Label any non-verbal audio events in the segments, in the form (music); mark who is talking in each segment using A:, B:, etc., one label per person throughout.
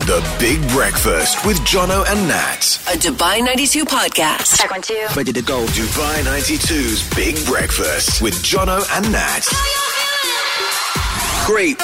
A: The Big Breakfast with Jono and Nat.
B: A Dubai 92 podcast.
C: Check one, two.
D: Ready to go.
A: Dubai 92's Big Breakfast with Jono and Nat.
D: Great.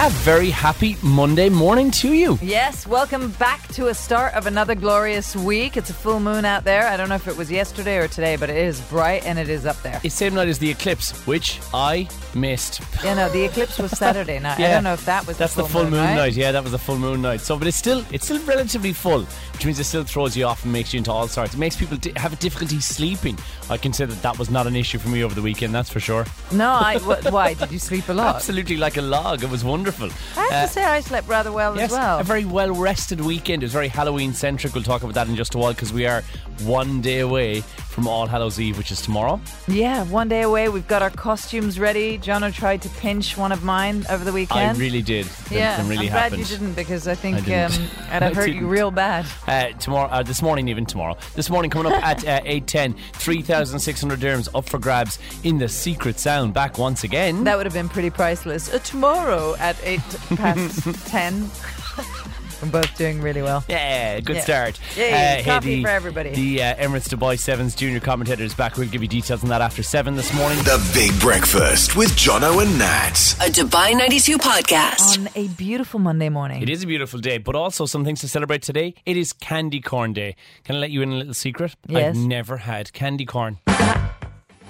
E: A very happy Monday morning to you.
F: Yes, welcome back to a start of another glorious week. It's a full moon out there. I don't know if it was yesterday or today, but it is bright and it is up there.
E: It's same night as the eclipse, which I missed.
F: You know, the eclipse
E: (laughs)
F: was Saturday night. I
E: Yeah.
F: don't know if that was
E: That's
F: the full,
E: moon,
F: right?
E: night. Yeah, that was the full moon night. So, but it's still it's still relatively full, which means it still throws you off and makes you into all sorts. It makes people di- have difficulty sleeping. I can say that that was not an issue for me over the weekend. That's for sure.
F: No, I, wh- why? Did you sleep a lot?
E: Absolutely like a log. It was wonderful.
F: Oh. I have
E: Uh,
F: to say, I slept rather well
E: Yes,
F: as well.
E: a very well rested weekend. It was very Halloween centric. We'll talk about that in just a while because we are one day away from All Hallows Eve, which is tomorrow.
F: yeah, one day away. We've got our costumes ready. Jono tried to pinch one of mine over the weekend.
E: I really did. Them-
F: yeah,
E: them really
F: I'm glad
E: happened.
F: you didn't because I think
E: didn't.
F: um,
E: (laughs)
F: I'd have
E: I
F: hurt you
E: didn't.
F: real bad.
E: Uh, tomorrow, uh, this morning, even tomorrow. This morning, coming up at uh, eight ten, three thousand six hundred dirhams up for grabs in the secret sound. Back once again.
F: That would have been pretty priceless. Uh, tomorrow at 8 past (laughs) 10. We're both doing really well.
E: yeah, good
F: Yeah.
E: start.
F: Yay,
E: hey,
F: coffee
E: the-
F: for everybody.
E: The uh, Emirates Dubai Sevens junior commentator is back. We'll give you details on that after seven this morning.
A: The Big Breakfast with Jono and Nat.
B: A Dubai 92 podcast.
F: On a beautiful Monday morning.
E: It is a beautiful day, but also some things to celebrate today. It is Candy Corn Day. Can I let you in a little secret?
F: Yes.
E: I've never had candy corn.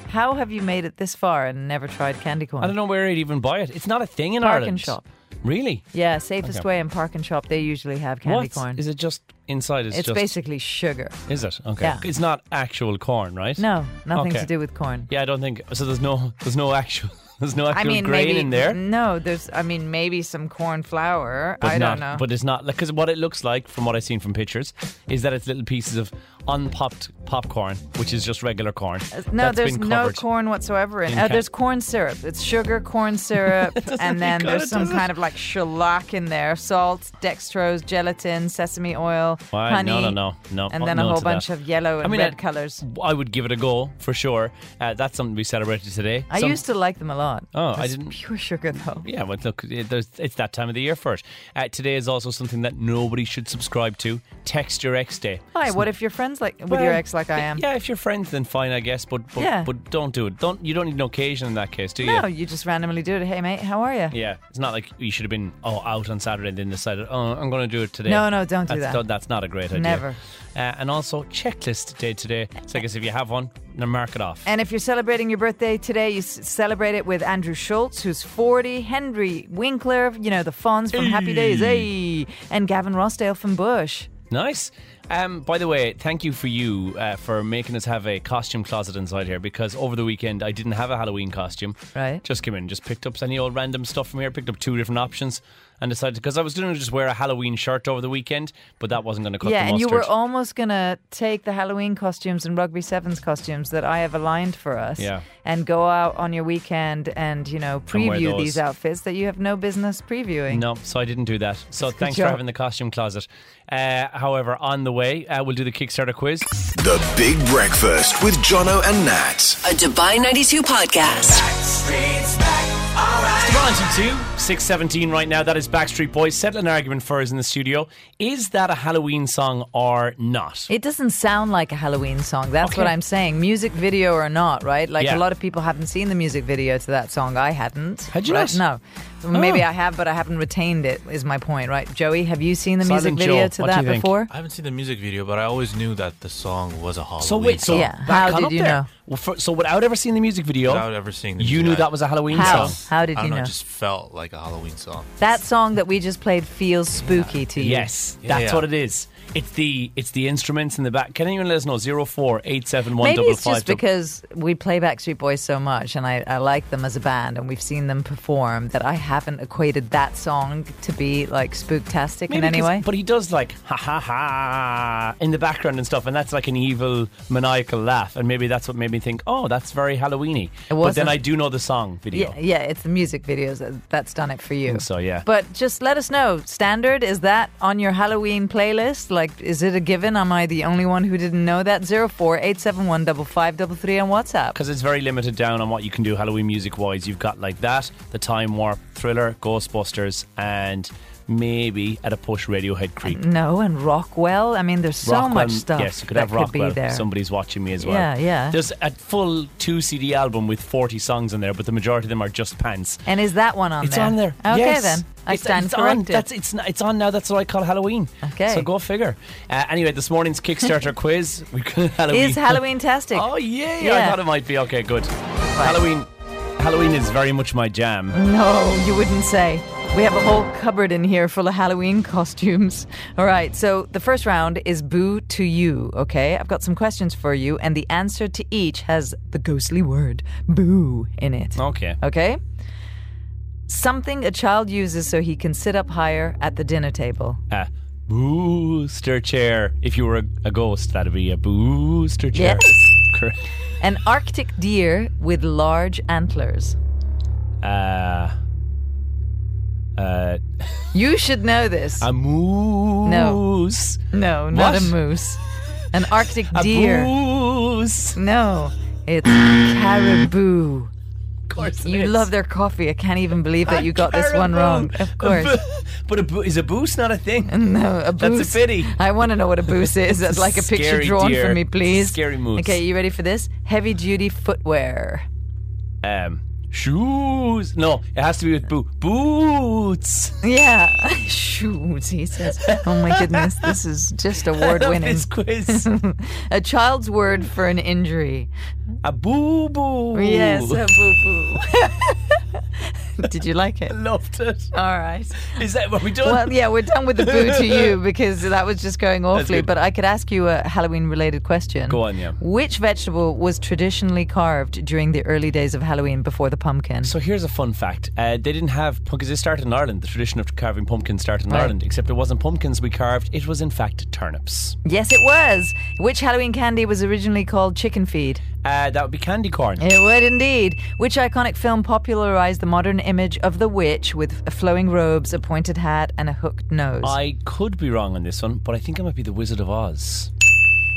F: How have you made it this far and never tried candy corn?
E: I don't know where I'd even buy it. It's not a thing in
F: Park and
E: Ireland.
F: shop.
E: Really?
F: Yeah, safest
E: Okay.
F: way in park and shop. They usually have candy
E: what?
F: corn.
E: Is it just inside? Is
F: it's
E: just,
F: basically sugar.
E: Is it okay?
F: Yeah.
E: It's not actual corn, right?
F: No, nothing
E: Okay.
F: to do with corn.
E: Yeah, I don't think so. There's no, there's no actual, (laughs) there's no actual
F: I mean,
E: grain
F: maybe
E: in there.
F: No, there's. I mean, maybe some corn flour.
E: But
F: I
E: not,
F: don't know.
E: But it's not because what it looks like, from what I've seen from pictures, is that it's little pieces of unpopped popcorn, which is just regular corn.
F: Uh, no,
E: that's
F: there's
E: been
F: no
E: covered.
F: corn whatsoever in.
E: in
F: it. Uh,
E: ca-
F: there's corn syrup. It's sugar,
E: (laughs)
F: corn syrup, and then
E: look
F: there's
E: good,
F: some
E: does it?
F: kind of like shellac in there: salt, dextrose, gelatin, sesame oil,
E: Why?
F: honey.
E: No, no, no, no.
F: And
E: Oh,
F: then
E: no
F: a whole
E: to that.
F: bunch of yellow and
E: I mean,
F: red
E: I-
F: colors.
E: I would give it a go for sure. Uh, that's something we celebrated today.
F: I used to like them a lot.
E: Oh, I
F: It's
E: didn't-
F: Pure
E: (laughs)
F: sugar though.
E: Yeah, but look, it- there's, it's that time of the year for it. Uh, today is also something that nobody should subscribe to. Text your ex day.
F: Hi, what if your friends like with your
E: Well,
F: ex like I am?
E: Yeah, if you're friends, then fine, I guess. But but,
F: Yeah.
E: but don't do it. Don't you don't need an occasion in that case, do you?
F: No, you just randomly do it. Hey, mate, how are you?
E: Yeah, it's not like you should have been oh out on Saturday and then decided oh I'm going to do it today.
F: No, no, don't do
E: That's-
F: that.
E: That's not a great idea.
F: Never.
E: Uh, and also checklist day today. So I guess if you have one, then mark it off.
F: And if you're celebrating your birthday today, you s- celebrate it with Andrew Schultz, who's 40, Henry Winkler, you know, the Fonz from Happy Days, hey, and Gavin Rossdale from Bush.
E: Nice. Um, by the way, thank you for you uh, for making us have a costume closet inside here because over the weekend I didn't have a Halloween costume.
F: Right.
E: Just came in, just picked up any old random stuff from here, picked up two different options, and decided because I was going to just wear a Halloween shirt over the weekend, but that wasn't going to cut
F: yeah,
E: the
F: and you
E: mustard.
F: were almost going to take the Halloween costumes and Rugby Sevens costumes that I have aligned for us
E: Yeah.
F: and go out on your weekend and, you know,
E: And wear
F: preview
E: those.
F: these outfits that you have no business previewing.
E: no, so I didn't do that. So thanks for
F: job.
E: having the costume closet. Uh, however, on the way, uh, we'll do the Kickstarter quiz.
A: The Big Breakfast with Jono and Nat.
B: A Dubai 92 podcast.
E: Dubai 92, 617 right now. That is Backstreet Boys. Settle an argument for us in the studio. Is that a Halloween song or not?
F: It doesn't sound like a Halloween song. That's what
E: Okay.
F: I'm saying. Music video or not, right? Like
E: Yeah.
F: a lot of people haven't seen the music video to that song. I hadn't.
E: Had you
F: right?
E: not?
F: No. Maybe
E: Oh.
F: I have, but I haven't retained it. Is my point, right? Joey, have you seen the
E: Silent
F: music video
E: Joe,
F: to
E: what do
F: that
E: you think?
F: before?
G: I haven't seen the music video, but I always knew that the song was a Halloween
E: So wait, so
G: song.
F: Yeah.
E: that
F: How
E: got
F: did
E: up
F: you
E: there.
F: know?
E: Well, fir- so without ever seeing the music video,
G: Without ever seeing the
E: you
G: music,
E: knew
G: I-
E: that was a Halloween
F: How?
E: song.
F: How did
G: I
F: you
G: don't know,
F: know?
G: It just felt like a Halloween song.
F: That song that we just played feels spooky to you.
E: Yes,
G: Yeah,
E: that's
G: yeah.
E: what it is. It's the it's the instruments in the back. Can anyone let us know? Zero four eight seven one
F: Maybe
E: double
F: it's
E: five.
F: just because we play Backstreet Boys so much and I, I like them as a band and we've seen them perform that I haven't equated that song to be like spooktastic in any way.
E: but he does like ha ha ha in the background and stuff, and that's like an evil maniacal laugh, and maybe that's what made me think, oh, that's very Halloweeny. But then
F: wasn't-
E: I do know the song video.
F: Yeah, yeah, it's the music videos that, that's done it for you.
E: so, yeah.
F: But just let us know. Standard is that on your Halloween playlist? Like, is it a given? Am I the only one who didn't know that? Zero four eight seven one double five double three on WhatsApp.
E: because it's very limited down on what you can do Halloween music wise. You've got like that, the Time Warp, Thriller, Ghostbusters, and maybe at a push Radiohead creep.
F: No, and Rockwell. I mean, there's Mm, so
E: Rockwell,
F: much stuff
E: Yes, you could
F: that
E: have Rockwell.
F: be there.
E: Somebody's watching me as well.
F: Yeah, yeah.
E: There's a full two CD album with 40 songs on there, but the majority of them are just pants.
F: and is that one on
E: It's
F: there?
E: on there.
F: Okay,
E: Yes.
F: then. I
E: It's-
F: stand
E: it's On.
F: corrected.
E: That's it's n- it's on now. That's what I call Halloween.
F: Okay.
E: So go figure. Uh, anyway, this morning's
F: (laughs)
E: Kickstarter quiz we call it Halloween.
F: is Halloween tastic?
E: (laughs) Oh yeah, I
F: Yeah.
E: thought it might be. Okay, good. Halloween. Halloween is very much my jam.
F: Mm. No, you wouldn't say. We have a whole cupboard in here full of Halloween costumes. All right, so the first round is Boo to You, okay? I've got some questions for you, and the answer to each has the ghostly word Boo in it.
E: Okay.
F: Okay? Something a child uses so he can sit up higher at the dinner table.
E: Uh, booster chair. If you were a, a ghost, that'd be a booster chair.
F: Yes.
E: Correct.
F: An Arctic deer with large antlers.
E: Uh, uh,
F: You should know this.
E: a moose.
F: no, not
E: Uh, What?
F: a moose. An Arctic
E: A
F: deer.
E: moose.
F: No, it's caribou.
E: Of course, it
F: You
E: is.
F: love their coffee. I can't even believe that
E: A
F: you got this one
E: caribou.
F: wrong. Of
E: A
F: course.
E: boo- but a boo- is a boost not a thing?
F: (laughs) No, a
E: That's a
F: boose.
E: pity.
F: I want to know what a boose is. That's
E: a
F: like a picture
E: scary
F: drawn
E: deer.
F: for me,
E: It's a
F: please.
E: scary moose.
F: Okay, you ready for this? Heavy duty footwear.
E: Um, shoes. No, it has to be with boo. Boots.
F: Yeah. (laughs) Shoot, he says. Oh my goodness, this is
E: (laughs)
F: just award winning.
E: This quiz.
F: a child's word for an injury.
E: a boo boo.
F: Yes, a boo boo. (laughs) Did
E: (laughs)
F: you like it?
E: Loved it.
F: All right.
E: Is that what we done?
F: Well, yeah, we're done with the boo
E: (laughs)
F: to you because that was just going awfully.
E: good.
F: But I could ask you a Halloween related question.
E: Go on, yeah.
F: Which vegetable was traditionally carved during the early days of Halloween before the pumpkin?
E: So here's a fun fact. Uh, they didn't have because it started in Ireland. The tradition of carving pumpkins started in
F: Right.
E: Ireland, except it wasn't pumpkins we carved. It was in fact turnips.
F: yes, it was. Which Halloween candy was originally called chicken feed?
E: Uh, that would be candy corn.
F: It would indeed. Which iconic film popularized the modern image of the witch with flowing robes, a pointed hat, and a hooked nose?
E: I could be wrong on this one, but I think it might be the Wizard of Oz.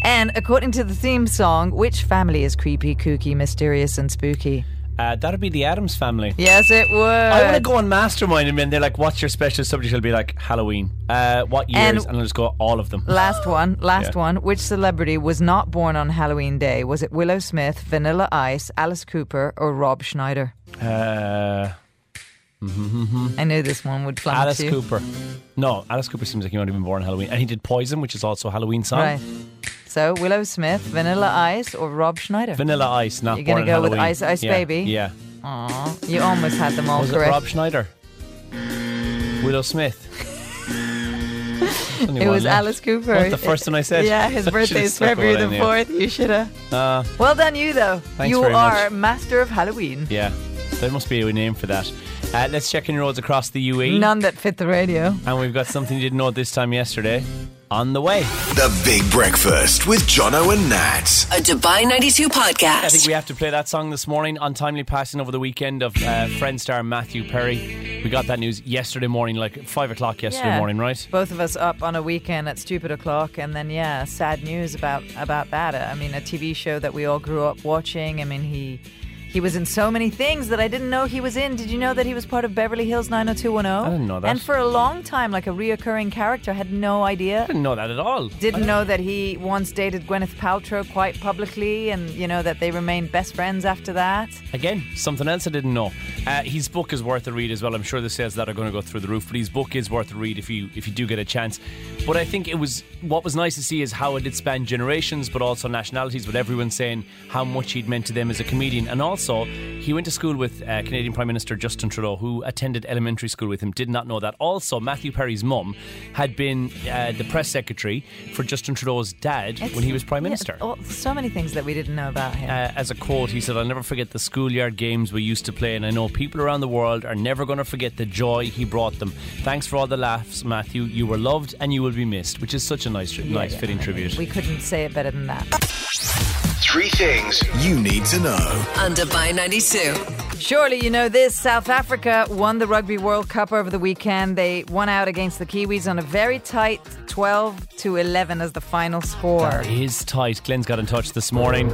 F: and according to the theme song, which family is creepy, kooky, mysterious, and spooky?
E: Uh, that'd be the Adams family.
F: Yes, it was.
E: I want to go on Mastermind, and then they're like, "What's your special subject?" I'll be like, "Halloween." Uh, what years?
F: And-
E: And, I'll just go all of them.
F: Last one, last
E: Yeah.
F: one. Which celebrity was not born on Halloween Day? Was it Willow Smith, Vanilla Ice, Alice Cooper, or Rob Schneider?
E: Uh,
F: I knew this one would fly
E: Alice
F: you.
E: Cooper. No, Alice Cooper seems like he might have been born on Halloween, and he did Poison, which is also a Halloween song.
F: Right. So Willow Smith, Vanilla Ice, or Rob Schneider?
E: Vanilla Ice, not
F: You're
E: born
F: gonna
E: on
F: go with
E: Halloween.
F: Ice Ice
E: Yeah,
F: Baby?
E: Yeah.
F: Aw, you almost had them all
E: Was
F: correct.
E: it Rob Schneider? Willow
F: (laughs)
E: Smith. Only
F: it
E: one
F: was
E: left.
F: Alice Cooper.
E: What, the first one I said?
F: Yeah, his
E: (laughs) Should've
F: birthday is
E: stuck with
F: February
E: what I
F: the
E: knew.
F: fourth. You should have.
E: Uh,
F: Well done, you though.
E: Thanks
F: you
E: very much.
F: are master of Halloween.
E: yeah, there must be a name for that. Uh, let's check in roads across the E. UE.
F: None that fit the radio.
E: And we've got something you didn't know this time yesterday on the way.
A: The Big Breakfast with Jono and Nat.
B: A Dubai 92
E: I think
B: podcast.
E: we have to play that song this morning. Untimely passing over the weekend of uh, friend star Matthew Perry. We got that news yesterday morning, like five o'clock yesterday
F: Yeah.
E: morning, right?
F: both of us up on a weekend at stupid o'clock and then yeah sad news about about that i mean a tv show that we all grew up watching i mean he he was in so many things that i didn't know he was in did you know that he was part of beverly hills 90210
E: I didn't know that.
F: and for a long time like a reoccurring character had no idea
E: I didn't know that at all.
F: didn't know that he once dated Gwyneth Paltrow quite publicly, and you know that they remained best friends after that.
E: Again, something else I didn't know. Uh, his book is worth a read as well. I'm sure the sales of that are going to go through the roof, but his book is worth a read if you if you do get a chance. But I think it was what was nice to see is how it did span generations, but also nationalities. With everyone saying how much he'd meant to them as a comedian, and also he went to school with uh, Canadian Prime Minister Justin Trudeau, who attended elementary school with him. Did not know that. Also, Matthew Perry's mum had been uh, the press secretary for Justin Trudeau's dad when he was Prime
F: Yeah,
E: Minister.
F: oh, so many things that we didn't know about him.
E: Uh, as a quote, he said, I'll never forget the schoolyard games we used to play, and I know people around the world are never going to forget the joy he brought them. Thanks for all the laughs, Matthew. You were loved and you will be missed, which is such a nice, tri- nice
F: yeah,
E: fitting
F: I mean,
E: tribute.
F: We couldn't say it better than that.
A: Three things you need to know.
B: On Dubai 92.
F: Surely you know this. South Africa won the Rugby World Cup over the weekend. They won out against the Kiwis on a very tight 12 to 11 as the final score.
E: It is tight. Glenn's got in touch this morning.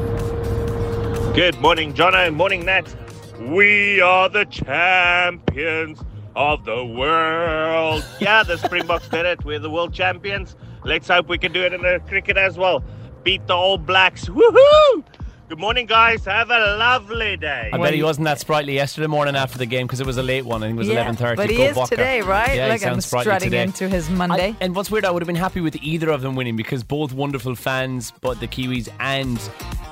C: Good morning, Jono. Morning, Nat. We are the champions. of the world. Yeah, the Springbok spirit. We're the world champions. Let's hope we can do it in the cricket as well. Beat the All Blacks. Woohoo! Good morning, guys. Have a lovely day.
E: I bet he wasn't that sprightly yesterday morning after the game because it was a late one. I think it was
F: Yeah,
E: eleven thirty.
F: but he is today, right?
E: Yeah, he
F: Look, I'm
E: sounds sprightly
F: strutting
E: today.
F: into his Monday.
E: I- and what's weird, I would have been happy with either of them winning because both wonderful fans, but the Kiwis and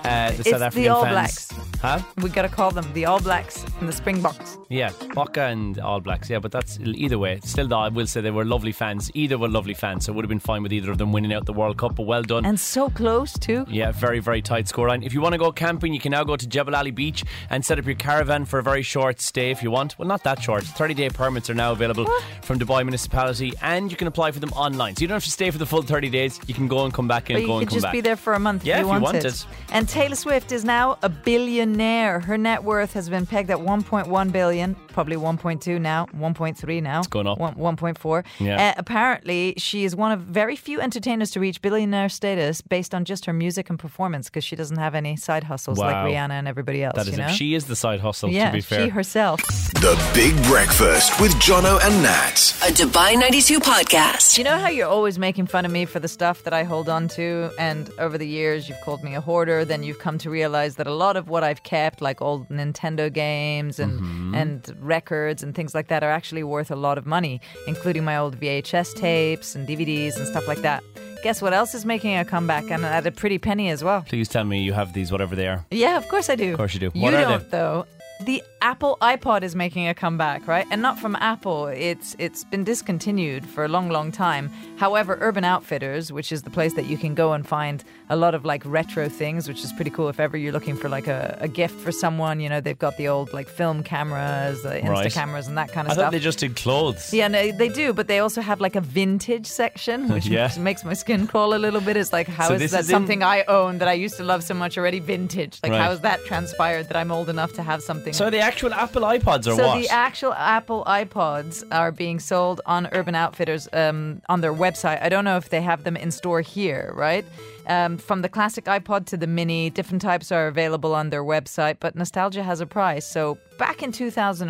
E: uh, the
F: the
E: South African
F: All
E: fans. Huh?
F: We gotta call them the All Blacks and the Springboks.
E: Yeah, Boca and All Blacks. Yeah, but that's either way. Still, though, I will say they were lovely fans. Either were lovely fans, so it would have been fine with either of them winning out the World Cup. But well done.
F: And so close too.
E: Yeah, very, very tight scoreline. If you want to go camping, you can now go to Jebel Ali Beach and set up your caravan for a very short stay if you want. Well, not that short. 30 day permits are now available from Dubai Municipality and you can apply for them online. So you don't have to stay for the full 30 days. You can go and come back and
F: But you
E: go and
F: could
E: come
F: just
E: back.
F: be there for a month
E: Yeah,
F: if you,
E: if you
F: wanted.
E: wanted.
F: And Taylor Swift is now a billionaire. Her net worth has been pegged at 1.1 billion, probably 1.2 now, 1.3 now. It's
E: gone up.
F: 1.4.
E: Yeah.
F: Uh, apparently, she is one of very few entertainers to reach billionaire status based on just her music and performance because she doesn't have any side hustles like
E: Wow.
F: Rihanna and everybody else.
E: that is
F: you know?
E: it. She is the side hustle,
F: yeah,
E: to be fair.
F: she herself.
A: The Big Breakfast with Jono and Nat.
B: A Dubai 92 podcast.
F: You know how you're always making fun of me for the stuff that I hold on to, and over the years you've called me a hoarder. Then you've come to realize that a lot of what I've kept, like old Nintendo games and and records and things like that, are actually worth a lot of money, including my old VHS tapes and DVDs and stuff like that. Guess what else is making a comeback and at a pretty penny as well?
E: Please tell me you have these, whatever they are.
F: Yeah, of course I do. Of
E: course you do.
F: You
E: What are they?
F: don't though. The Apple iPod is making a comeback, right? And not from Apple. It's it's been discontinued for a long, long time. However, Urban Outfitters, which is the place that you can go and find a lot of like retro things, which is pretty cool if ever you're looking for like a, a gift for someone, you know, they've got the old like film cameras, the Insta
E: Right.
F: cameras and that kind of
E: I
F: stuff.
E: thought they just did clothes.
F: Yeah, no, they do, but they also have like a vintage section, which
E: (laughs) Yeah.
F: makes- makes my skin crawl a little bit. It's like, how
E: So
F: is
E: this
F: that
E: is in-
F: something I own that I used to love so much already vintage? Like,
E: Right.
F: how has that transpired that I'm old enough to have something?
E: So are the actual Apple iPods or
F: So
E: what?
F: the actual Apple iPods are being sold on Urban Outfitters um, on their website. I don't know if they have them in store here, right? Um, from the classic iPod to the mini, different types are available on their website, but nostalgia has a price. So back in 2004,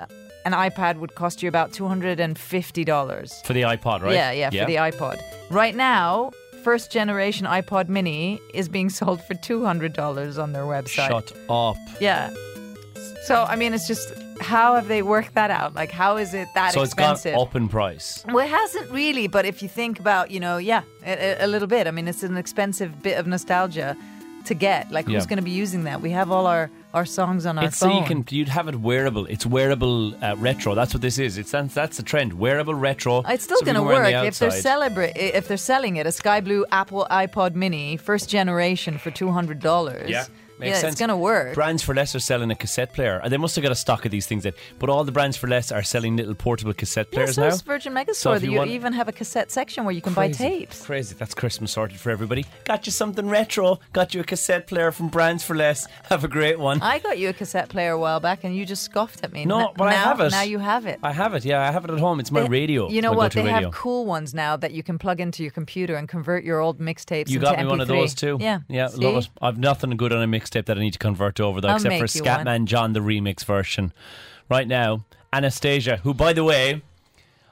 F: uh, an iPad would cost you about $250.
E: for the iPod, right?
F: Yeah, yeah, for the iPod. Right now, first generation iPod mini is being sold for $200 on their website.
E: Shut up.
F: Yeah. So I mean, it's just how have they worked that out? Like, how is it that
E: So it's gone
F: expensive?
E: up in price.
F: well, it hasn't really, but if you think about, you know, yeah, a, a- a little bit. I mean, it's an expensive bit of nostalgia to get. Like, who's
E: Yeah.
F: going to be using that? We have all our our songs on our
E: It's
F: phone.
E: so you can you'd have it wearable. It's wearable uh, retro. That's what this is. It's that's, that's the trend. Wearable retro.
F: Uh, It's still
E: Something
F: going to
E: you wear on
F: work
E: the
F: if they're
E: outside.
F: celebrate if they're selling it a sky blue Apple iPod Mini first generation for two hundred dollars.
E: Yeah. Makes
F: yeah,
E: sense.
F: it's going to work.
E: Brands for less are selling a cassette player. They must have got a stock of these things. Then, but all the brands for less are selling little portable cassette
F: yeah,
E: players
F: so
E: now.
F: is Virgin Megastore.
E: So if
F: that
E: you
F: you,
E: want-
F: even have a cassette section where you can buy tapes.
E: Crazy. That's Christmas sorted for everybody. Got you something retro. Got you a cassette player from Brands for Less. (laughs) Have a great one.
F: I got you a cassette player a while back, and you just scoffed at me.
E: no,
F: N-
E: but I
F: now-
E: have it.
F: Now you have it.
E: I have it. Yeah, I have it at home. It's my
F: They-
E: radio.
F: You know
E: my
F: what? They
E: go-to radio.
F: have cool ones now that you can plug into your computer and convert your old mixtapes.
E: You
F: into
E: got me
F: MP3.
E: one of those too.
F: Yeah,
E: yeah,
F: See?
E: love it. I've nothing good on a mixtape that I need to convert over though,
F: I'll
E: except for
F: make you one.
E: Scatman John the remix version. Right now, Anastasia, who by the way,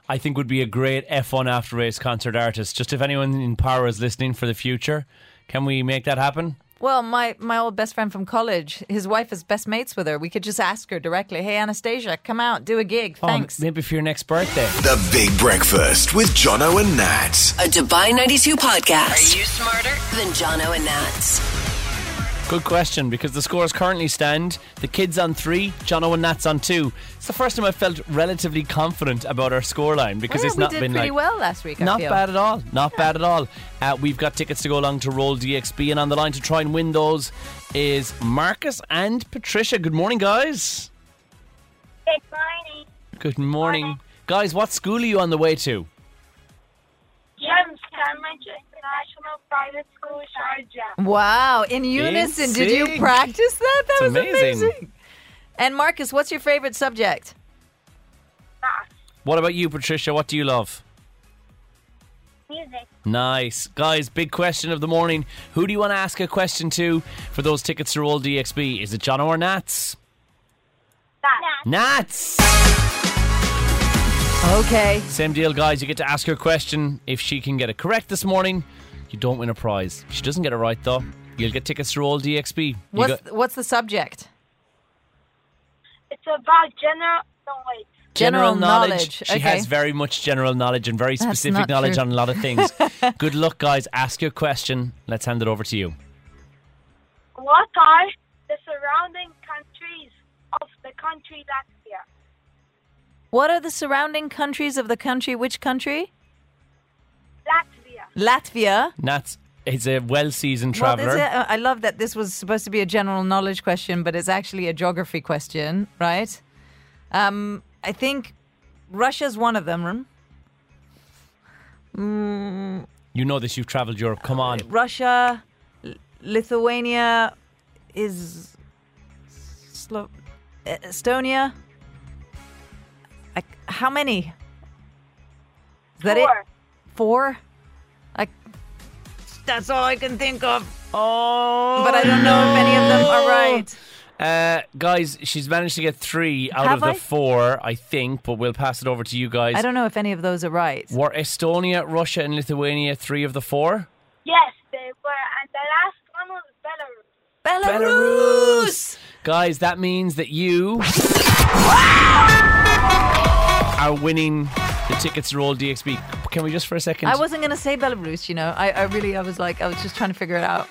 E: I think would be a great F1 after race concert artist. Just if anyone in power is listening for the future, can we make that happen?
F: Well, my my old best friend from college, his wife is best mates with her. We could just ask her directly. Hey, Anastasia, come out, do a gig.
E: Oh,
F: Thanks.
E: maybe for your next birthday.
A: The Big Breakfast with Jono and Nat.
B: A Dubai 92 podcast. Are you smarter than Jono and Nats?
E: Good question, because the scores currently stand. The kids on three, John Owen Nats on two. It's the first time I felt relatively confident about our scoreline because
F: Yeah,
E: it's
F: we
E: not
F: did
E: been
F: pretty
E: like
F: well last week. I
E: Not
F: feel.
E: bad at all. Not bad at all. Uh, we've got tickets to go along to Roll DXB, and on the line to try and win those is Marcus and Patricia. Good morning, guys.
D: Good morning.
E: Good morning. Guys, what school are you on the way to?
D: Jim Sandwich International Private School, Sharjah.
F: Wow, in unison. Did you
E: sync.
F: practice that? That
E: It's
F: was
E: amazing.
F: amazing. And Marcus, what's your favorite subject?
D: Math.
E: What about you, Patricia? What do you love?
D: Music.
E: Nice. Guys, big question of the morning. Who do you want to ask a question to for those tickets to Roll DXB? Is it John or Nats?
F: Mm.
D: Math.
E: Nats!
F: Okay.
E: Same deal, guys. You get to ask her a question. If she can get it correct this morning, you don't win a prize. If she doesn't get it right, though, you'll get tickets through all DXB. You
F: What's
E: got-
F: what's the subject?
D: It's about general knowledge.
F: General knowledge.
E: She
F: Okay.
E: has very much general knowledge and very
F: not
E: specific knowledge
F: true.
E: on a lot of
F: (laughs)
E: things. Good luck, guys. Ask your question. Let's hand it over to you.
D: What are the surrounding countries of the country Latvia?
F: What are the surrounding countries of the country? Which country?
D: Latvia.
F: Latvia.
E: Nats is a well-seasoned
F: Well,
E: traveler.
F: this, uh, I love that this was supposed to be a general knowledge question, but it's actually a geography question, right? Um, I think Russia's one of them. Mm,
E: you know this. You've traveled Europe. Come on.
F: Russia, L- Lithuania is Slo- E- Estonia. I, how many? Is that
D: Four.
F: it? Four? I, that's all I can think of. Oh.
E: Oh,
F: But I don't know if any of them are right.
E: Uh, guys, she's managed to get three out
F: Have
E: of the
F: I?
E: four, I think. But we'll pass it over to you guys.
F: I don't know if any of those are right.
E: Were Estonia, Russia, and Lithuania three of the four?
D: Yes, they were. And the last one was
F: (laughs)
D: Belarus.
F: Belarus!
E: Guys, that means that
F: (laughs)
E: you are winning the tickets to Roll DXB. Can we just for a second?
F: I wasn't going to say Belarus, you know. I, I really, I was like, I was just trying to figure it out.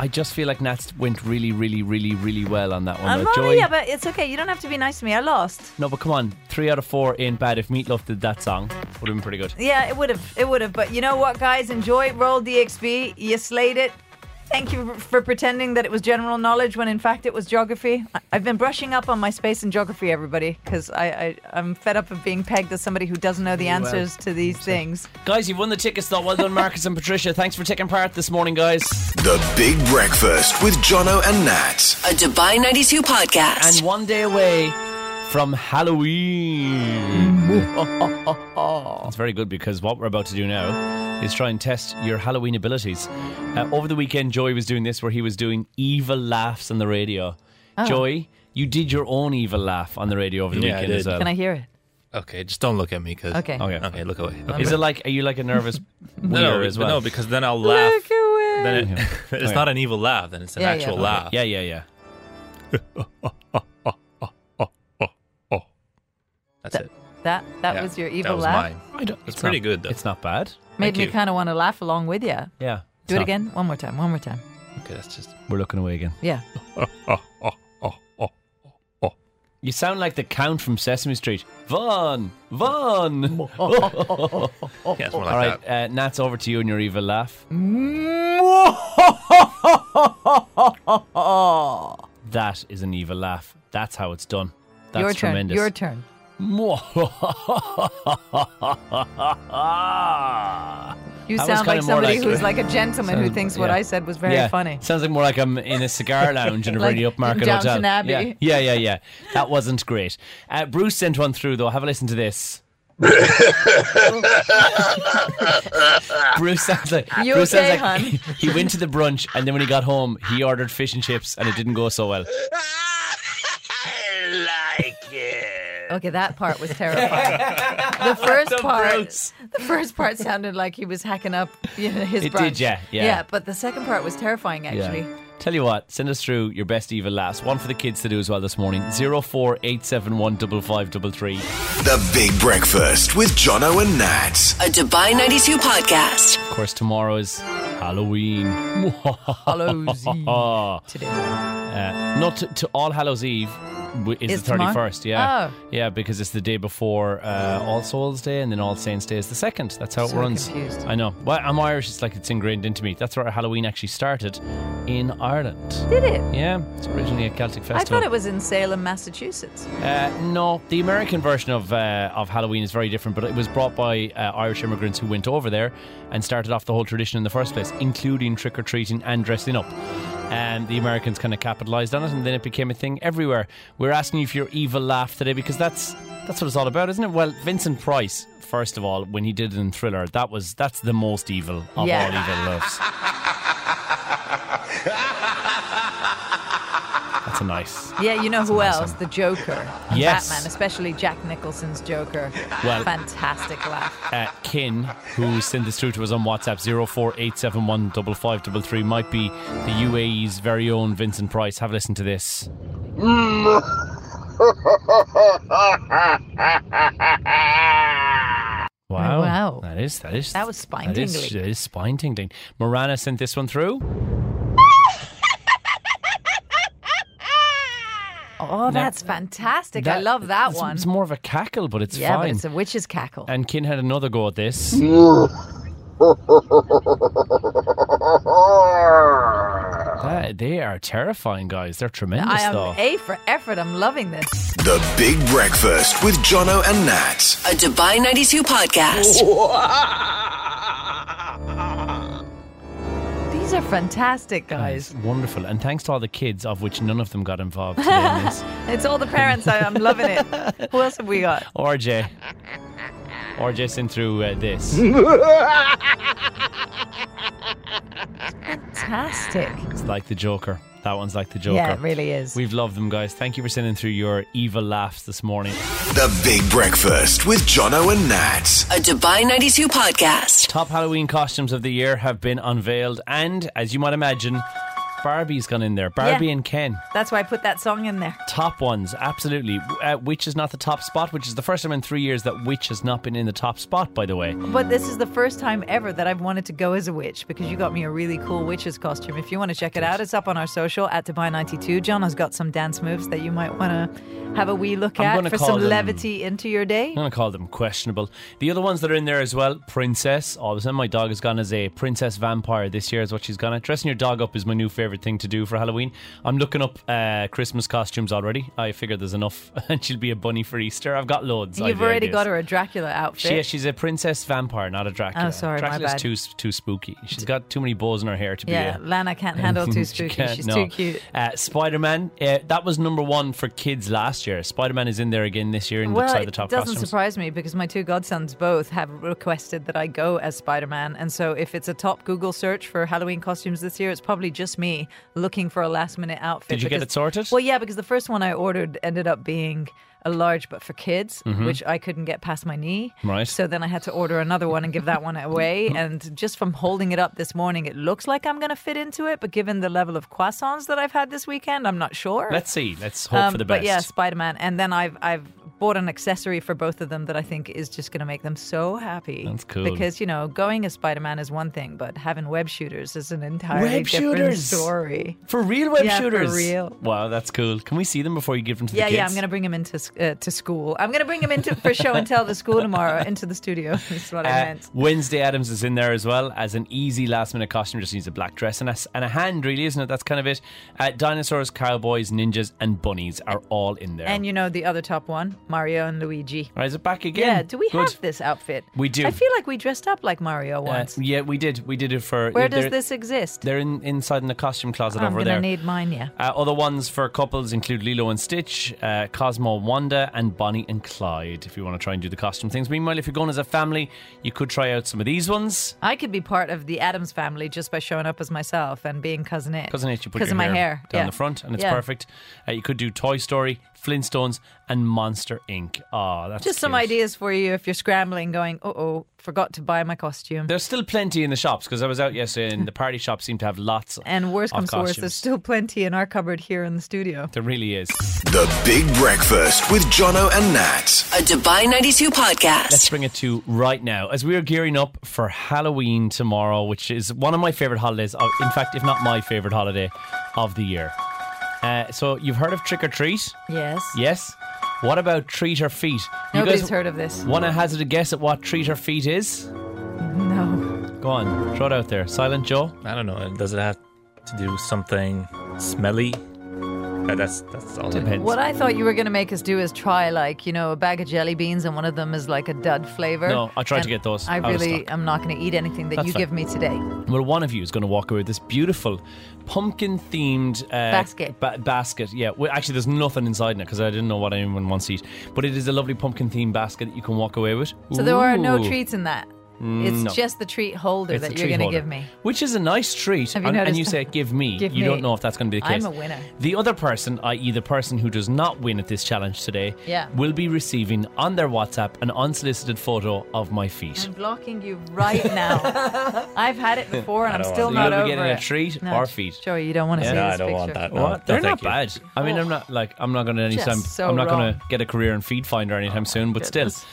E: I just feel like Nats went really, really, really, really well on that one.
F: I'm
E: though.
F: not,
E: Joey?
F: yeah, but it's okay. You don't have to be nice to me. I lost.
E: no, but come on, three out of four ain't bad. If Meatloaf did that song, would have been pretty good.
F: Yeah, it would have. It would have. But you know what, guys? Enjoy Roll DXB. You slayed it. Thank you for pretending that it was general knowledge when in fact it was geography. I- I've been brushing up on my space and geography, everybody, because I, I, I'm fed up of being pegged as somebody who doesn't know the answers to these things.
E: Guys, you've won the tickets though. Well
F: (laughs)
E: done, Marcus and Patricia. Thanks for taking part this morning, guys.
A: The Big Breakfast with Jono and Nat.
B: A Dubai 92
E: And
B: podcast.
E: one day away from Halloween.
F: Mm.
E: (laughs) It's very good because what we're about to do now is try and test your Halloween abilities. Uh, over the weekend, Joey was doing this where he was doing evil laughs on the radio.
F: Oh.
E: Joey, you did your own evil laugh on the radio over the
G: Yeah, I
E: weekend as
G: did.
E: well.
F: Can I hear it?
G: Okay, just don't look at me because.
F: Okay.
E: Okay.
G: Okay, look away.
E: Is it like, are you like a nervous
G: no,
E: weird
G: (laughs) no,
E: as
G: but
E: well?
G: no, because then I'll laugh.
F: Look away.
G: Then it, (laughs) it's
E: Okay.
G: not an evil laugh. Then it's an
F: Yeah, yeah.
G: actual
F: Okay.
G: laugh.
E: Yeah, yeah, yeah.
G: that's it.
F: That that
G: Yeah,
F: was your evil
G: that was
F: laugh.
G: Mine.
E: I don't,
G: It's pretty
E: not-
G: good though.
E: It's not bad.
F: Made
G: Thank
F: me
G: you.
F: kind of want to laugh along with you.
E: Yeah.
F: Do
E: it's
F: it
E: not-
F: again. One more time. One more time.
G: Okay, that's just.
E: We're looking away again.
F: Yeah.
E: You sound like the Count from Sesame Street. Vaughn! Vaughn!
F: Oh.
G: Yeah, it's more like
E: All right,
G: that.
E: uh, Nat's over to you and your evil
F: (laughs)
E: laugh. That is an evil laugh. That's how it's done. That's
F: your turn.
E: tremendous. (laughs)
F: (laughs) Your turn. You
E: That was
F: sound like
E: kinda more
F: somebody
E: like-
F: who's like a gentleman
E: (laughs)
F: who
E: Sound-
F: thinks what
E: yeah.
F: I said was very
E: Yeah,
F: funny.
E: Sounds like more like I'm in a
F: (laughs)
E: cigar lounge in a
F: Like
E: very upmarket
F: Downton
E: hotel.
F: Abbey.
E: Yeah. yeah, yeah, yeah. That wasn't great. Uh, Bruce sent one through though. Have a listen to this. Bruce sounds like
F: You
E: Bruce
F: okay,
E: sounds like (laughs) he went to the brunch and then when he got home he ordered fish and chips and it didn't go so well.
F: Okay, that part was
E: (laughs)
F: terrifying. the first
E: the
F: part,
E: brutes.
F: the first part sounded like he was hacking up you know, his
E: It did,
F: brunch.
E: yeah, yeah.
F: but the second part was terrifying actually.
E: Tell you what, send us through your best evil laughs. One for the kids to do as well this morning. Zero four eight seven one double five double three.
A: The Big Breakfast with Jono and Nat.
B: A Dubai 92 podcast.
E: Of course, tomorrow is Halloween. (laughs)
F: Hallows Eve
E: Ah.
F: today.
E: Uh, not to, to All Hallows Eve w- is
F: Is
E: the thirty
F: tomorrow?
E: first. Yeah,
F: Oh.
E: yeah, because it's the day before uh, All Souls Day, and then All Saints Day is the second. That's how
F: So
E: it runs.
F: confused.
E: I know. Well, I'm Irish. It's like it's ingrained into me. That's where Halloween actually started in Ireland.
F: Did it?
E: Yeah, it's originally a Celtic festival.
F: I thought it was in Salem, Massachusetts.
E: Uh, no, the American version of uh, of Halloween is very different, but it was brought by uh, Irish immigrants who went over there and started off the whole tradition in the first place, including trick or treating and dressing up. And the Americans kind of capitalized on it, and then it became a thing everywhere. We're asking you for your evil laugh today because that's that's what it's all about, isn't it? Well, Vincent Price, first of all, when he did it in Thriller, that was that's the most evil of
F: Yeah.
E: all evil loves. That's That's a nice.
F: Yeah, you know who else? The Joker.
E: Yes.
F: Batman, especially Jack Nicholson's Joker.
E: Well-
F: Fantastic laugh.
E: Uh, Kin, who sent this through to us on WhatsApp, 04871 might be the UAE's very own Vincent Price. Have a listen to
F: (laughs)
E: this. Wow.
F: wow.
E: That is, that is.
F: That was spine
E: that is-
F: tingling.
E: that is spine tingling. Morana sent this one through.
F: Oh, that's fantastic. I
E: That-
F: love that
E: it's-
F: one.
E: It's more of a cackle, but it's
F: yeah,
E: fine.
F: but it's a witch's cackle.
E: and Kin had another go at this. That- they are terrifying, guys. They're tremendous,
F: I am
E: though.
F: A for effort. I'm loving this.
A: The Big Breakfast with Jono and Nat.
B: A Dubai 92 podcast.
F: These are fantastic,
E: It's
F: guys.
E: wonderful. And thanks to all the kids, of which none of them got involved today in
F: (laughs)
E: this.
F: It's all the parents. I, I'm loving
E: (laughs)
F: it. Who else have we got?
E: RJ. RJ sent through uh,
F: (laughs)
E: this.
F: Fantastic.
E: It's like the Joker. That one's like the Joker.
F: Yeah, it really is.
E: We've loved them, guys. Thank you for sending through your evil laughs this morning.
A: The Big Breakfast with Jono and Nat.
B: A Dubai 92 podcast.
E: Top Halloween costumes of the year have been unveiled, and as you might imagine, Barbie's gone in there. Barbie
F: Yeah.
E: and Ken.
F: That's why I put that song in there.
E: Top ones, absolutely. Uh, which is not the top spot, which is the first time in three years that Witch has not been in the top spot, by the way.
F: But this is the first time ever that I've wanted to go as a witch because you got me a really cool witch's costume. If you want to check it out, it's up on our social at Dubai92. John has got some dance moves that you might want to have a wee look
E: I'm
F: at
E: gonna
F: for
E: call
F: some
E: them-
F: levity into your day.
E: I'm going to call them questionable. The other ones that are in there as well Princess. All of a sudden, my dog has gone as a princess vampire this year, is what she's gone at. Dressing your dog up is my new favorite thing to do for Halloween. I'm looking up uh, Christmas costumes already. I figure there's enough, (laughs) and she'll be a bunny for Easter. I've got loads.
F: You've
E: idea
F: already
E: ideas.
F: got her a Dracula outfit.
E: She, yeah, she's a princess vampire, not a Dracula.
F: Oh, sorry, my
E: Dracula's
F: bad.
E: too too spooky. She's got too many bows in her hair to be.
F: yeah,
E: a-
F: Lana (laughs) can't handle too
E: (laughs) She
F: spooky.
E: can't,
F: She's
E: no.
F: too cute.
E: Uh, Spider Man, uh, that was number one for kids last year. Spider Man is in there again this year and
F: well,
E: looks like
F: it
E: the top
F: doesn't
E: costumes.
F: surprise me because my two godsons both have requested that I go as Spider-Man, and so if it's a top Google search for Halloween costumes this year, it's probably just me looking for a last-minute outfit.
E: Did you get
F: because-
E: it sorted?
F: Well, yeah, because the first one I ordered ended up being a large, but for kids, which I couldn't get past my knee.
E: Mm-hmm. Right.
F: So then I had to order another one and give
E: (laughs)
F: that one away. and just from holding it up this morning, it looks like I'm going to fit into it, but given the level of croissants that I've had this weekend, I'm not sure.
E: Let's see. Let's hope
F: Um,
E: for the best.
F: But yeah, Spider Man, and then I've I've bought an accessory for both of them that I think is just going to make them so happy.
E: That's cool.
F: Because you know, going as Spider Man is one thing, but having web shooters is an entirely
E: Web
F: different
E: shooters!
F: story.
E: For real web
F: Yeah, for
E: shooters.
F: real.
E: Wow, that's cool. Can we see them before you give them to
F: Yeah,
E: the kids?
F: yeah, I'm going to bring him into s- uh, to school. I'm going to bring him into for show and tell to school tomorrow, into the studio. (laughs) That's what I
E: Uh,
F: meant.
E: Wednesday Adams is in there as well as an easy last minute costume. Just needs a black dress and a, and a hand, really, isn't it? That's kind of it. Uh, dinosaurs, cowboys, ninjas, and bunnies are all in there.
F: And you know the other top one, Mario and Luigi.
E: All right, is it back again?
F: Yeah, do we
E: Good.
F: have this outfit?
E: We do.
F: I feel like we dressed up like Mario
E: Uh,
F: once.
E: yeah, we did. We did it for.
F: Where does
E: they're-
F: this exist?
E: They're in, inside in the costume closet
F: I'm
E: over
F: going
E: there.
F: to need mine, yeah.
E: uh, other ones for couples include Lilo and Stitch, uh, Cosmo and Wanda, and Bonnie and Clyde. If you want to try and do the costume things. Meanwhile, if you're going as a family, you could try out some of these ones.
F: I could be part of the Adams family just by showing up as myself and being cousin it.
E: Cousin H, you put
F: Because
E: your
F: of my hair,
E: down
F: yeah.
E: the front, and it's
F: Yeah.
E: perfect. Uh, you could do Toy Story, Flintstones, and Monster Inc. Ah, that's
F: Just some
E: cute.
F: ideas for you if you're scrambling, going, "Uh oh, forgot to buy my costume."
E: There's still plenty in the shops because I was out yesterday, and the party shops seem to have lots.
F: and worse
E: of
F: comes to worse, there's
E: costumes.
F: still plenty in our cupboard here in the studio.
E: There really is.
A: The Big Breakfast with Jono and Nat.
B: A Dubai 92
E: Let's
B: podcast.
E: bring it to right now as we are gearing up for Halloween tomorrow, which is one of my favorite holidays. uh, In fact, if not my favorite holiday of the year. Uh, so you've heard of trick or treat?
F: Yes.
E: Yes. What about treat or feet? You
F: Nobody's
E: guys
F: heard of this.
E: Want to hazard a guess at what treat or feet is?
F: No.
E: Go on, throw it out there. Silent Joe.
G: I don't know. Does it have to do something smelly? Uh, that's that's all. I
E: Depends.
F: What I thought you were going to make us do is try, like, you know, a bag of jelly beans, and one of them is like a dud flavor.
E: No, I tried to
F: And
E: get those.
F: I
E: Out of
F: really
E: stock.
F: am not going to eat anything that
E: That's
F: you
E: fine.
F: give me today.
E: Well, one of you is going to walk away with this beautiful pumpkin themed uh,
F: Basket.
E: ba- basket, yeah. Well, actually, there's nothing inside in it because I didn't know what anyone wants to eat. But it is a lovely pumpkin themed basket that you can walk away with.
F: So there are no
E: Ooh.
F: treats in that. It's
E: no.
F: just the treat holder
E: It's a
F: that
E: treat
F: you're going to
E: holder,
F: give me.
E: Which is a nice treat.
F: Have you
E: and, and
F: noticed
E: you
F: that?
E: say, give me.
F: Give
E: you
F: me.
E: don't know if that's going to be the
F: I'm
E: case.
F: a winner.
E: The other person, i.e., the person who does not win at this challenge today,
F: Yeah.
E: will be receiving on their WhatsApp an unsolicited photo of my feet.
F: I'm blocking you right now. I've had it before and I'm
G: don't
F: still
G: want
E: that.
F: not
E: You'll
F: over
E: be getting
F: it.
E: a treat or feet.
F: Joey, you don't want to
E: Yeah.
F: see
G: No,
F: this
G: I don't
F: picture.
G: want that. No,
E: Well,
G: no,
E: they're not
G: thank you.
E: bad. I mean, I'm not like I'm not going to anytime.
F: Oh. so
E: I'm not going
F: wrong. Oh
E: to get a career in feed finder anytime soon. But
F: Goodness.
E: still,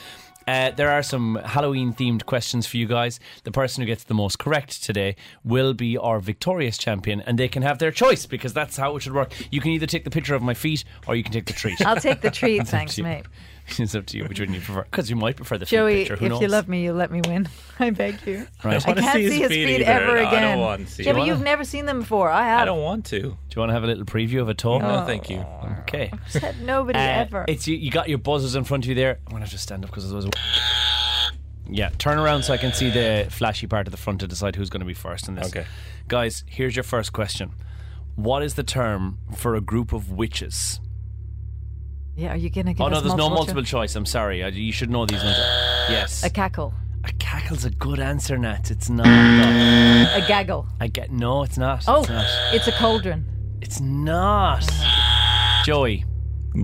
E: uh, there are some Halloween themed questions for you guys. The person who gets the most correct today will be our victorious champion, and they can have their choice because that's how it should work. You can either take the picture of my feet or you can take the treat.
F: I'll take
E: (laughs)
F: the treat, Oh, thanks,
E: you.
F: mate.
E: it's up to you which one you prefer. Because you might prefer the feet
F: Joey,
E: picture.
F: if
E: Who knows?
F: you love me, you'll let me win. (laughs) I beg you.
E: Right.
F: I
E: Do
G: wanna
F: can't
G: see his
F: see his
G: feet
F: feet
G: either.
F: ever
G: No, I don't
F: again.
G: want to see
F: yeah,
G: it.
F: but
G: Wanna-
F: you've never seen them before. I have.
G: I don't want to.
E: you want to have a little preview of a tour?
G: Oh, No, thank you.
F: Oh.
E: Okay.
F: Said nobody
E: Uh,
F: ever.
E: It's you, you got your buzzers in front of you there. I'm gonna have to stand up because otherwise. Yeah, turn around so I can see the flashy part of the front to decide who's going to be first in this.
G: Okay.
E: Guys, here's your first question. What is the term for a group of witches?
F: Yeah, are you gonna give
E: Oh no,
F: us
E: there's no multiple
F: choice?
E: choice. I'm sorry. I, you should know these ones. Yes.
F: A cackle,
E: A cackle's a good answer, Nat. It's not. no. (clears throat)
F: a gaggle.
E: I get no, it's not.
F: Oh,
E: It's not.
F: it's a cauldron.
E: It's not. Joey.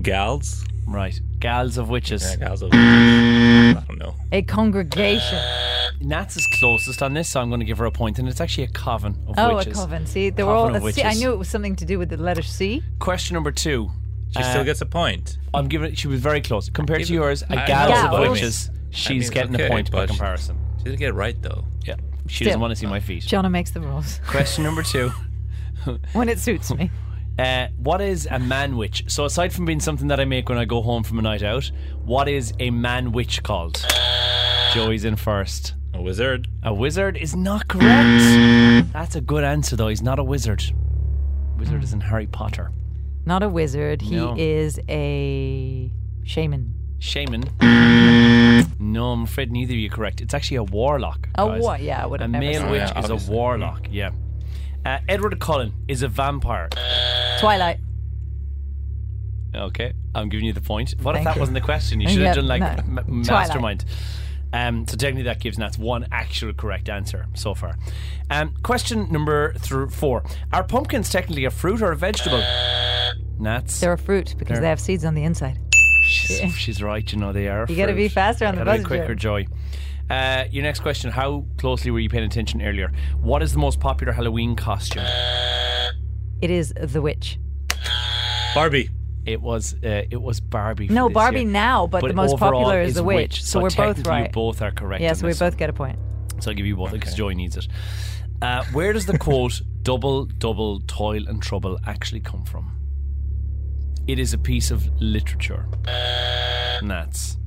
G: Gals?
E: Right. Gals of witches.
G: Yeah, gals. Are... I don't know.
F: A congregation.
E: Nat's is closest on this, so I'm going to give her a point, and it's actually a coven of
F: Oh,
E: witches.
F: a coven. See, they were
E: Coven
F: all.
E: of
F: See, I
E: witches.
F: knew it was something to do with the letter C.
E: Question number two.
G: She
E: Uh,
G: still gets a point.
E: I'm giving. it- She was very close compared to
G: Give it-
E: yours. A
G: I
E: gals
F: know,
E: of
F: but I mean-
E: witches. She's
G: I mean, it's
E: getting a
G: okay,
E: point by
G: but-
E: comparison.
G: She didn't get it right though.
E: Yeah, she
F: Still.
E: doesn't want to see my feet.
F: Jonna makes the rules (laughs)
E: Question number two.
F: when it suits me.
E: Uh, what is a man witch? So aside from being something that I make when I go home from a night out, what is a man witch called? Joey's in first.
G: A wizard.
E: A wizard is not correct. That's a good answer though. He's not a wizard. Wizard is in Harry Potter.
F: Not a wizard. He
E: No.
F: is a shaman.
E: Shaman. No, I'm afraid neither of you are correct. It's actually a warlock.
F: A
E: guys.
F: what? Yeah, I would
E: A
F: have never
E: male
F: said
E: witch
G: Yeah,
E: is a
G: obviously.
E: warlock. Yeah. Uh, Edward Cullen is a vampire.
F: Twilight.
E: Okay, I'm giving you the point. What if
F: Thank
E: that
F: you. Uh,
E: wasn't the question? You should
F: Yeah,
E: have done like
F: no.
E: m-
F: Twilight.
E: mastermind. Um, so technically, that gives Nats one actual correct answer so far. Um, question number thr four: Are pumpkins technically a fruit or a vegetable? Nats,
F: They're a fruit because they have seeds on the inside.
E: she's, she's right. You know they are. a
F: You gotta
E: fruit.
F: be faster on the
E: Gotta be
F: buzzer,
E: quicker,
F: Jim.
E: Joy. Uh, your next question: How closely were you paying attention earlier? What is the most popular Halloween costume?
F: It is the witch.
G: Barbie.
E: It was uh, it was Barbie. for
F: No,
E: this
F: Barbie
E: year.
F: now, but, the most
E: overall
F: popular is, the witch. So, we're both
E: technically
F: right.
E: You both are correct.
F: yes,
E: on
F: we
E: this
F: both get a point.
E: one. So I'll give you both because Joy needs it. Uh, where does
F: (laughs)
E: the quote "double, double, toil and trouble" actually come from? It is a piece of literature. Nats.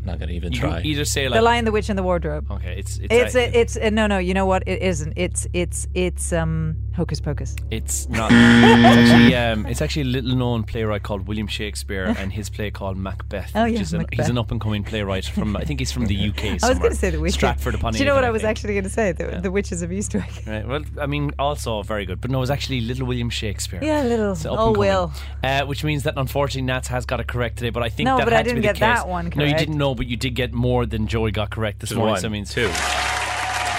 G: I'm not gonna even
E: You
G: try.
E: can either say like, Oh,
F: The Lion, the Witch, and the Wardrobe.
E: okay, it's it's
F: It's
E: a-
F: a, it's a, no, no. You know what? It isn't. It's it's it's um hocus pocus.
E: It's
F: (laughs)
E: not. it's actually um, it's actually a little known playwright called William Shakespeare
F: (laughs)
E: and his play called Macbeth.
F: Oh,
E: which
F: yeah,
E: is an,
F: Macbeth.
E: he's an up and coming playwright from I think he's
F: (laughs)
E: from the UK. Somewhere,
F: I was going to say the witch.
E: Stratford upon.
F: Do you know what
E: Avon,
F: I was
E: think.
F: actually going to say? The, the witches of Eastwick.
E: Right, well, I mean, also very good, but no, it's actually Little William Shakespeare.
F: (laughs) Yeah, little.
E: It's up
F: Oh
E: and coming.
F: well.
E: Uh, which means that unfortunately Nats has got it correct today, but I think
F: No,
E: that
F: but I
E: had to
F: didn't
E: be the
F: get that
E: case.
F: one
E: No, you
F: correct.
E: didn't know, but you did get more than Joey got correct this
G: Just
E: morning.
G: one,
E: So it means
G: two.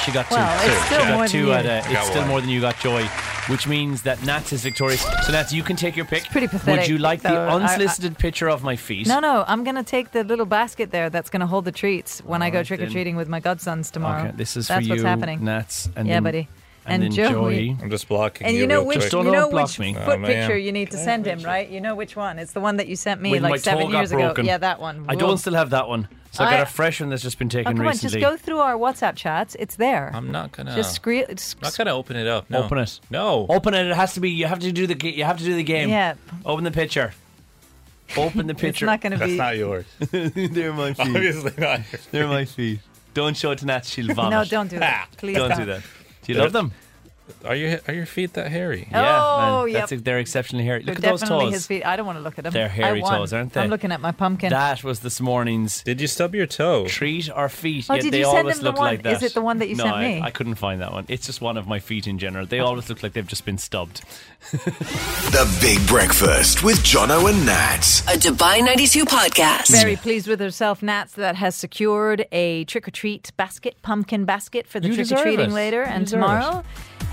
E: she got two.
F: Well, it's still
E: she
F: more
E: got
F: than
E: two
F: you.
E: out of-
G: Got
E: it's still
G: one.
E: more than you got Joy, which means that Nats is victorious. So Nats, you can take your pick.
F: pretty pathetic,
E: Would you like
F: though.
E: the
F: I- I-
E: unsolicited picture of my feet?
F: No, no. I'm going to take the little basket there that's going to hold the treats when I go
E: right,
F: trick or treating with my godsons tomorrow.
E: Okay, this is
F: that's
E: for
F: what's
E: you,
F: happening.
E: Nats. And
F: Yeah,
E: then,
F: buddy.
E: And,
F: And
E: then
F: Joey.
E: Joey.
G: I'm just blocking
F: And
G: you.
F: you know
G: real
F: which
G: quick.
E: Don't
F: you know
E: unblock
F: which
E: me.
F: foot
G: Oh, man.
F: picture you need to send him, right? You know which one. It's the one that you sent me
E: When my
F: like seven
E: toe got
F: years ago.
E: broken.
F: Yeah, that one.
E: I
F: Whoa.
E: don't still have that one. So I,
F: I-
E: got a fresh one that's just been
F: Oh,
E: taken
F: come on, just
E: recently.
F: go through our WhatsApp chats. It's there.
G: I'm not gonna.
F: just scree- it's-
G: I'm not gonna open it up. No.
E: Open it.
G: No.
E: Open it. It has to be. You have to do the. ga- You have to do the game.
F: Yeah.
E: Open the picture. Open
F: (laughs)
E: the
F: It's
E: picture. (laughs)
F: not going to
G: That's
F: be.
G: not (laughs) yours.
E: They're (laughs) my feet.
G: Obviously not. yours.
E: They're my feet. Don't show it to Nat. She'll vomit.
F: no, don't do that. Please
E: Don't do that. Do you love them?
G: Are you are your feet that hairy?
F: Oh,
E: man, that's
F: yep.
E: it, they're exceptionally hairy.
F: They're
E: Look at those
F: definitely
E: toes.
F: his feet. I don't want to look at them.
E: They're hairy
F: I won.
E: toes, aren't they?
F: I'm looking at my pumpkin.
E: That was this morning's
G: Did you stub your toe?
E: treat or feet.
F: Oh,
E: Yet
F: did
E: they
F: you send
E: always
F: him the
E: look like
F: one-
E: that.
F: is it the one that you
E: no,
F: sent
E: I,
F: me?
E: I couldn't find that one. It's just one of my feet in general. They always look like they've just been stubbed.
A: The Big Breakfast with Jono and Nat.
B: A Dubai 92 podcast.
F: Very pleased with herself, Nats, that has secured a trick or treat basket, pumpkin basket for the
E: You
F: trick
E: deserve
F: or treating
E: it.
F: later
E: You
F: and
E: deserve
F: tomorrow.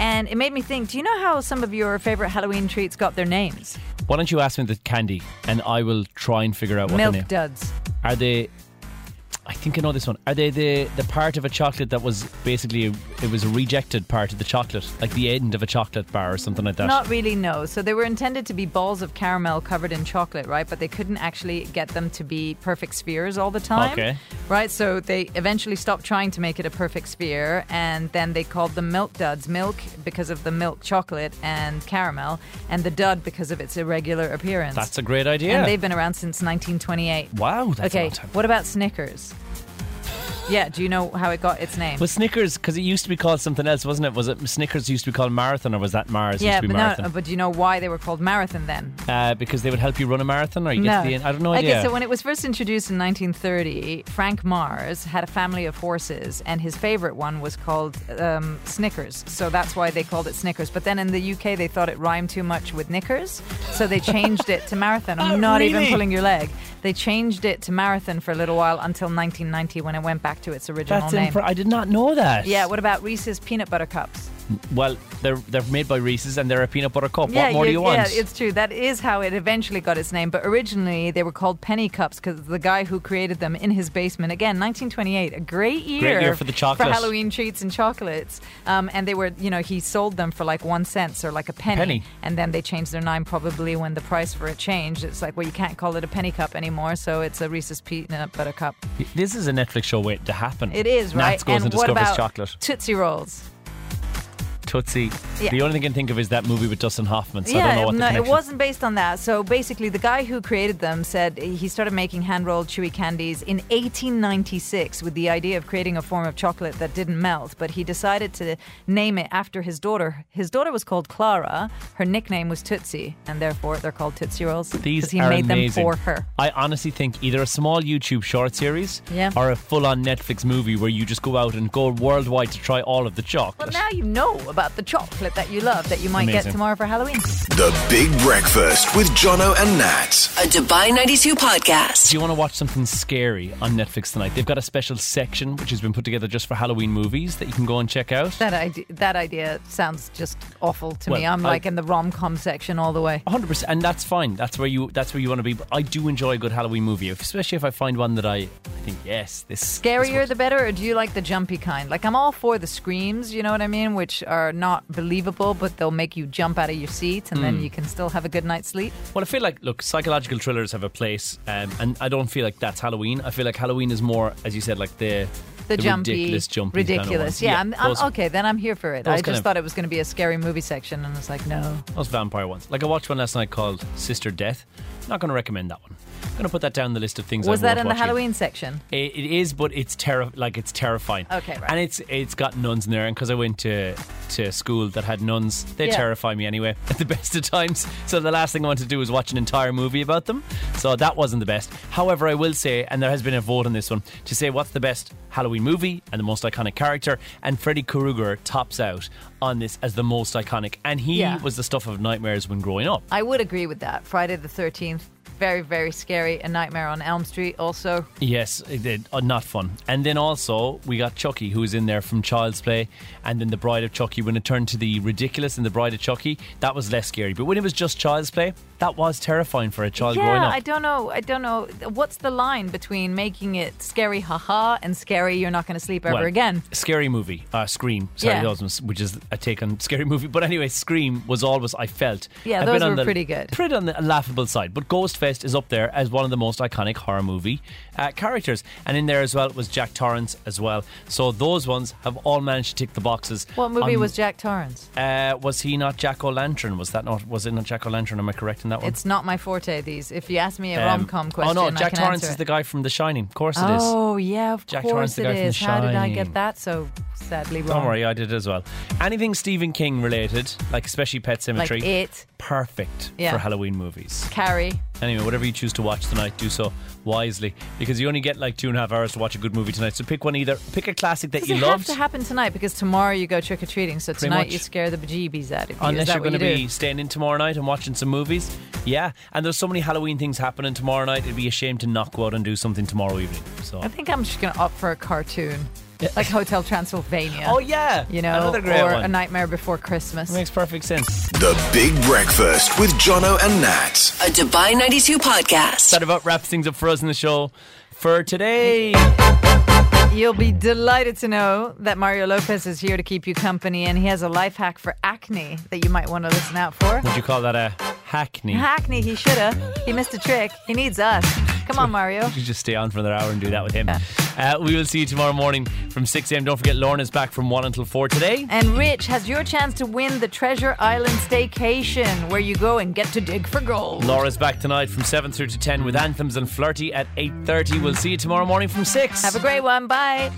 F: And it made me think do you know how some of your favorite Halloween treats got their names?
E: Why don't you ask me the candy and I will try and figure out what the name
F: Milk duds.
E: Are they? I think I know this one. Are they the the part of a chocolate that was basically it was a rejected part of the chocolate, like the end of a chocolate bar or something like that?
F: Not really, no. So they were intended to be balls of caramel covered in chocolate, right? But they couldn't actually get them to be perfect spheres all the time.
E: Okay.
F: Right? So they eventually stopped trying to make it a perfect sphere and then they called them milk duds. Milk because of the milk chocolate and caramel, and the dud because of its irregular appearance.
E: That's a great idea.
F: And they've been around since 1928.
E: wow, that's a
F: okay,
E: long time.
F: what about Snickers? Yeah, do you know how it got its name?
E: Was Snickers because it used to be called something else, wasn't it? Was it Snickers used to be called Marathon, or was that Mars
F: yeah,
E: used to
F: but
E: be Marathon?
F: no, but do you know why they were called marathon then?
E: uh, because they would help you run a marathon, or you get to the end. I don't know idea.
F: Okay, so when it was first introduced in 1930, Frank Mars had a family of horses, and his favorite one was called um, Snickers. So that's why they called it Snickers. But then in the UK, they thought it rhymed too much with knickers, so they changed it to
E: (laughs)
F: marathon. I'm not even
E: Oh, really?
F: pulling your leg. They changed it to marathon for a little while until 1990 when it went back to its original
E: that's
F: name.
E: impre- I did not know that.
F: yeah, what about Reese's peanut butter cups?
E: Well, they're they're made by Reese's and they're a peanut butter cup. what more
F: you-
E: do you want?
F: Yeah, it's true. That is how it eventually got its name. But originally, they were called penny cups because the guy who created them in his basement, again, 1928, a great year,
E: year for the chocolate.
F: for Halloween treats and chocolates. Um, and they were, you know, he sold them for like one cent or like a penny.
E: penny.
F: And then they changed their name probably when the price for it changed. It's like, well, you can't call it a penny cup anymore, so it's a Reese's peanut butter cup.
E: this is a Netflix show waiting to happen.
F: It is right.
E: Nats goes
F: and
E: and
F: what
E: discovers
F: about
E: chocolate.
F: Tootsie rolls?
E: Tootsie.
F: Yeah.
E: The only thing I can think of is that movie with Dustin Hoffman. So
F: yeah,
E: I don't know what the
F: no, it
E: connection-
F: wasn't based on that. So basically, the guy who created them said he started making hand rolled chewy candies in 1896 with the idea of creating a form of chocolate that didn't melt. But he decided to name it after his daughter. His daughter was called Clara. Her nickname was Tootsie, and therefore they're called Tootsie Rolls
E: These
F: because he
E: are
F: made
E: amazing.
F: them for her.
E: I honestly think either a small YouTube short series
F: Yeah.
E: or a full-on Netflix movie where you just go out and go worldwide to try all of the chocolate.
F: Well, now you know about the chocolate that you love that you might
E: Amazing.
F: get tomorrow for Halloween.
A: The Big Breakfast with Jono and Nat.
B: A Dubai 92 podcast.
E: Do you want to watch something scary on Netflix tonight? They've got a special section which has been put together just for Halloween movies that you can go and check out.
F: That idea, that idea sounds just awful to me.
E: Well,
F: I'm
E: I-
F: like in the rom com section all the way.
E: 100% and that's fine that's where you that's where you want to be but i do enjoy a good halloween movie especially if i find one that i, I think yes this this
F: scarier
E: works.
F: the better or do you like the jumpy kind like i'm all for the screams you know what i mean which are not believable but they'll make you jump out of your seat and
E: Mm.
F: then you can still have a good night's sleep
E: Well, I feel like, look, psychological thrillers have a place, um, and I don't feel like that's Halloween. I feel like Halloween is more, as you said, like the
F: the, jumpy
E: ridiculous, jumpy, kind of
F: ridiculous
E: ones.
F: yeah, I'm, I'm
E: those,
F: okay then i'm here for it
E: those
F: i
E: kind
F: just
E: of-
F: thought it was going to be a scary movie section and it's like no
E: those vampire ones. Like I watched one last night called Sister Death. Not going to recommend that one. I'm going to put that down the list of things. I
F: was that
E: won't
F: in the
E: watch again.
F: halloween section
E: It, it is, but it's terri- like it's terrifying.
F: Okay, right.
E: And it's it's got nuns in there, and because I went to to school that had nuns, they
F: Yeah.
E: terrify me anyway (laughs) at the best of times. So the last thing I want to do is watch an entire movie about them. So that wasn't the best. However, I will say, and there has been a vote on this one to say what's the best Halloween movie and the most iconic character, and Freddy Krueger tops out on this as the most iconic, and he
F: Yeah.
E: was the stuff of nightmares when growing up.
F: i would agree with that friday the 13th very very scary a nightmare on elm street also
E: Yes, it did. Uh, not fun. And then also we got Chucky, who was in there from Child's Play, and then the Bride of Chucky. When it turned to the ridiculous and the Bride of Chucky, that was less scary. But when it was just Child's Play, that was terrifying for a child growing
F: yeah
E: up.
F: i don't know i don't know what's the line between making it scary haha and scary you're not going to sleep ever
E: Well,
F: again
E: Scary movie, uh, Scream. Sorry,
F: Yeah.
E: those ones, which is a take on scary movie. But anyway, Scream was always I felt.
F: Yeah,
E: a
F: those
E: bit on
F: were
E: the-
F: pretty good.
E: Pretty on the laughable side. But Ghostfest is up there as one of the most iconic horror movie uh, characters, and in there as well was Jack Torrance as well. So those ones have all managed to tick the boxes.
F: What movie
E: on-
F: was Jack Torrance?
E: Uh, was he not Jack O'Lantern? Was that not? Was it not Jack O'Lantern? Am I correct in that one?
F: It's not my forte. These. If you ask me a
E: Um,
F: rom com question,
E: Oh no,
F: I
E: Jack
F: can
E: Torrance
F: answer
E: is
F: it.
E: the guy from The Shining. Of course it is.
F: Oh yeah, of
E: Jack
F: course
E: Torrance, the
F: it
E: guy from The
F: is. How did I get
E: Shining.
F: that so sadly wrong.
E: Don't worry, I did as well. Anything Stephen King related, like especially Pet
F: Like
E: Symmetry,
F: it,
E: perfect
F: Yeah.
E: for Halloween movies.
F: Carrie.
E: Anyway, whatever you choose to watch tonight, do so wisely because you only get like two and a half hours to watch a good movie tonight. So pick one either. Pick a classic that
F: Does
E: you
F: it
E: loved,
F: have to happen tonight? Because tomorrow you go trick or treating, so
E: Pretty
F: tonight
E: much.
F: you scare the bejeebies out of you. Is
E: unless
F: that
E: you're
F: what
E: going to
F: you do?
E: be staying in tomorrow night and watching some movies. Yeah, and there's so many Halloween things happening tomorrow night. It'd be a shame to not go out and do something tomorrow evening. So.
F: I think I'm just going to opt for a cartoon, like Hotel
E: (laughs)
F: Transylvania.
E: Oh yeah,
F: you know,
E: another great
F: or
E: one.
F: A Nightmare Before Christmas.
E: Makes perfect sense.
A: The Big Breakfast with Jono and Nat.
B: A Dubai 92 podcast.
E: That about wraps things up for us in the show for today.
F: You'll be delighted to know that Mario Lopez is here to keep you company, and he has a life hack for acne that you might want to listen out for.
E: Would you call that a hackney?
F: Hackney, he shoulda. He missed a trick. He needs us. Come on, Mario.
E: You just stay on for another hour and do that with him. Uh, we will see you tomorrow morning from 6 a.m. Don't forget, Lorna's back from 1 until 4 today.
F: And Rich has your chance to win the Treasure Island staycation, where you go and get to dig for gold.
E: Laura's back tonight from 7 through to 10 with Anthems and Flirty at 8.30. We'll see you tomorrow morning from 6.
F: Have a great one. Bye.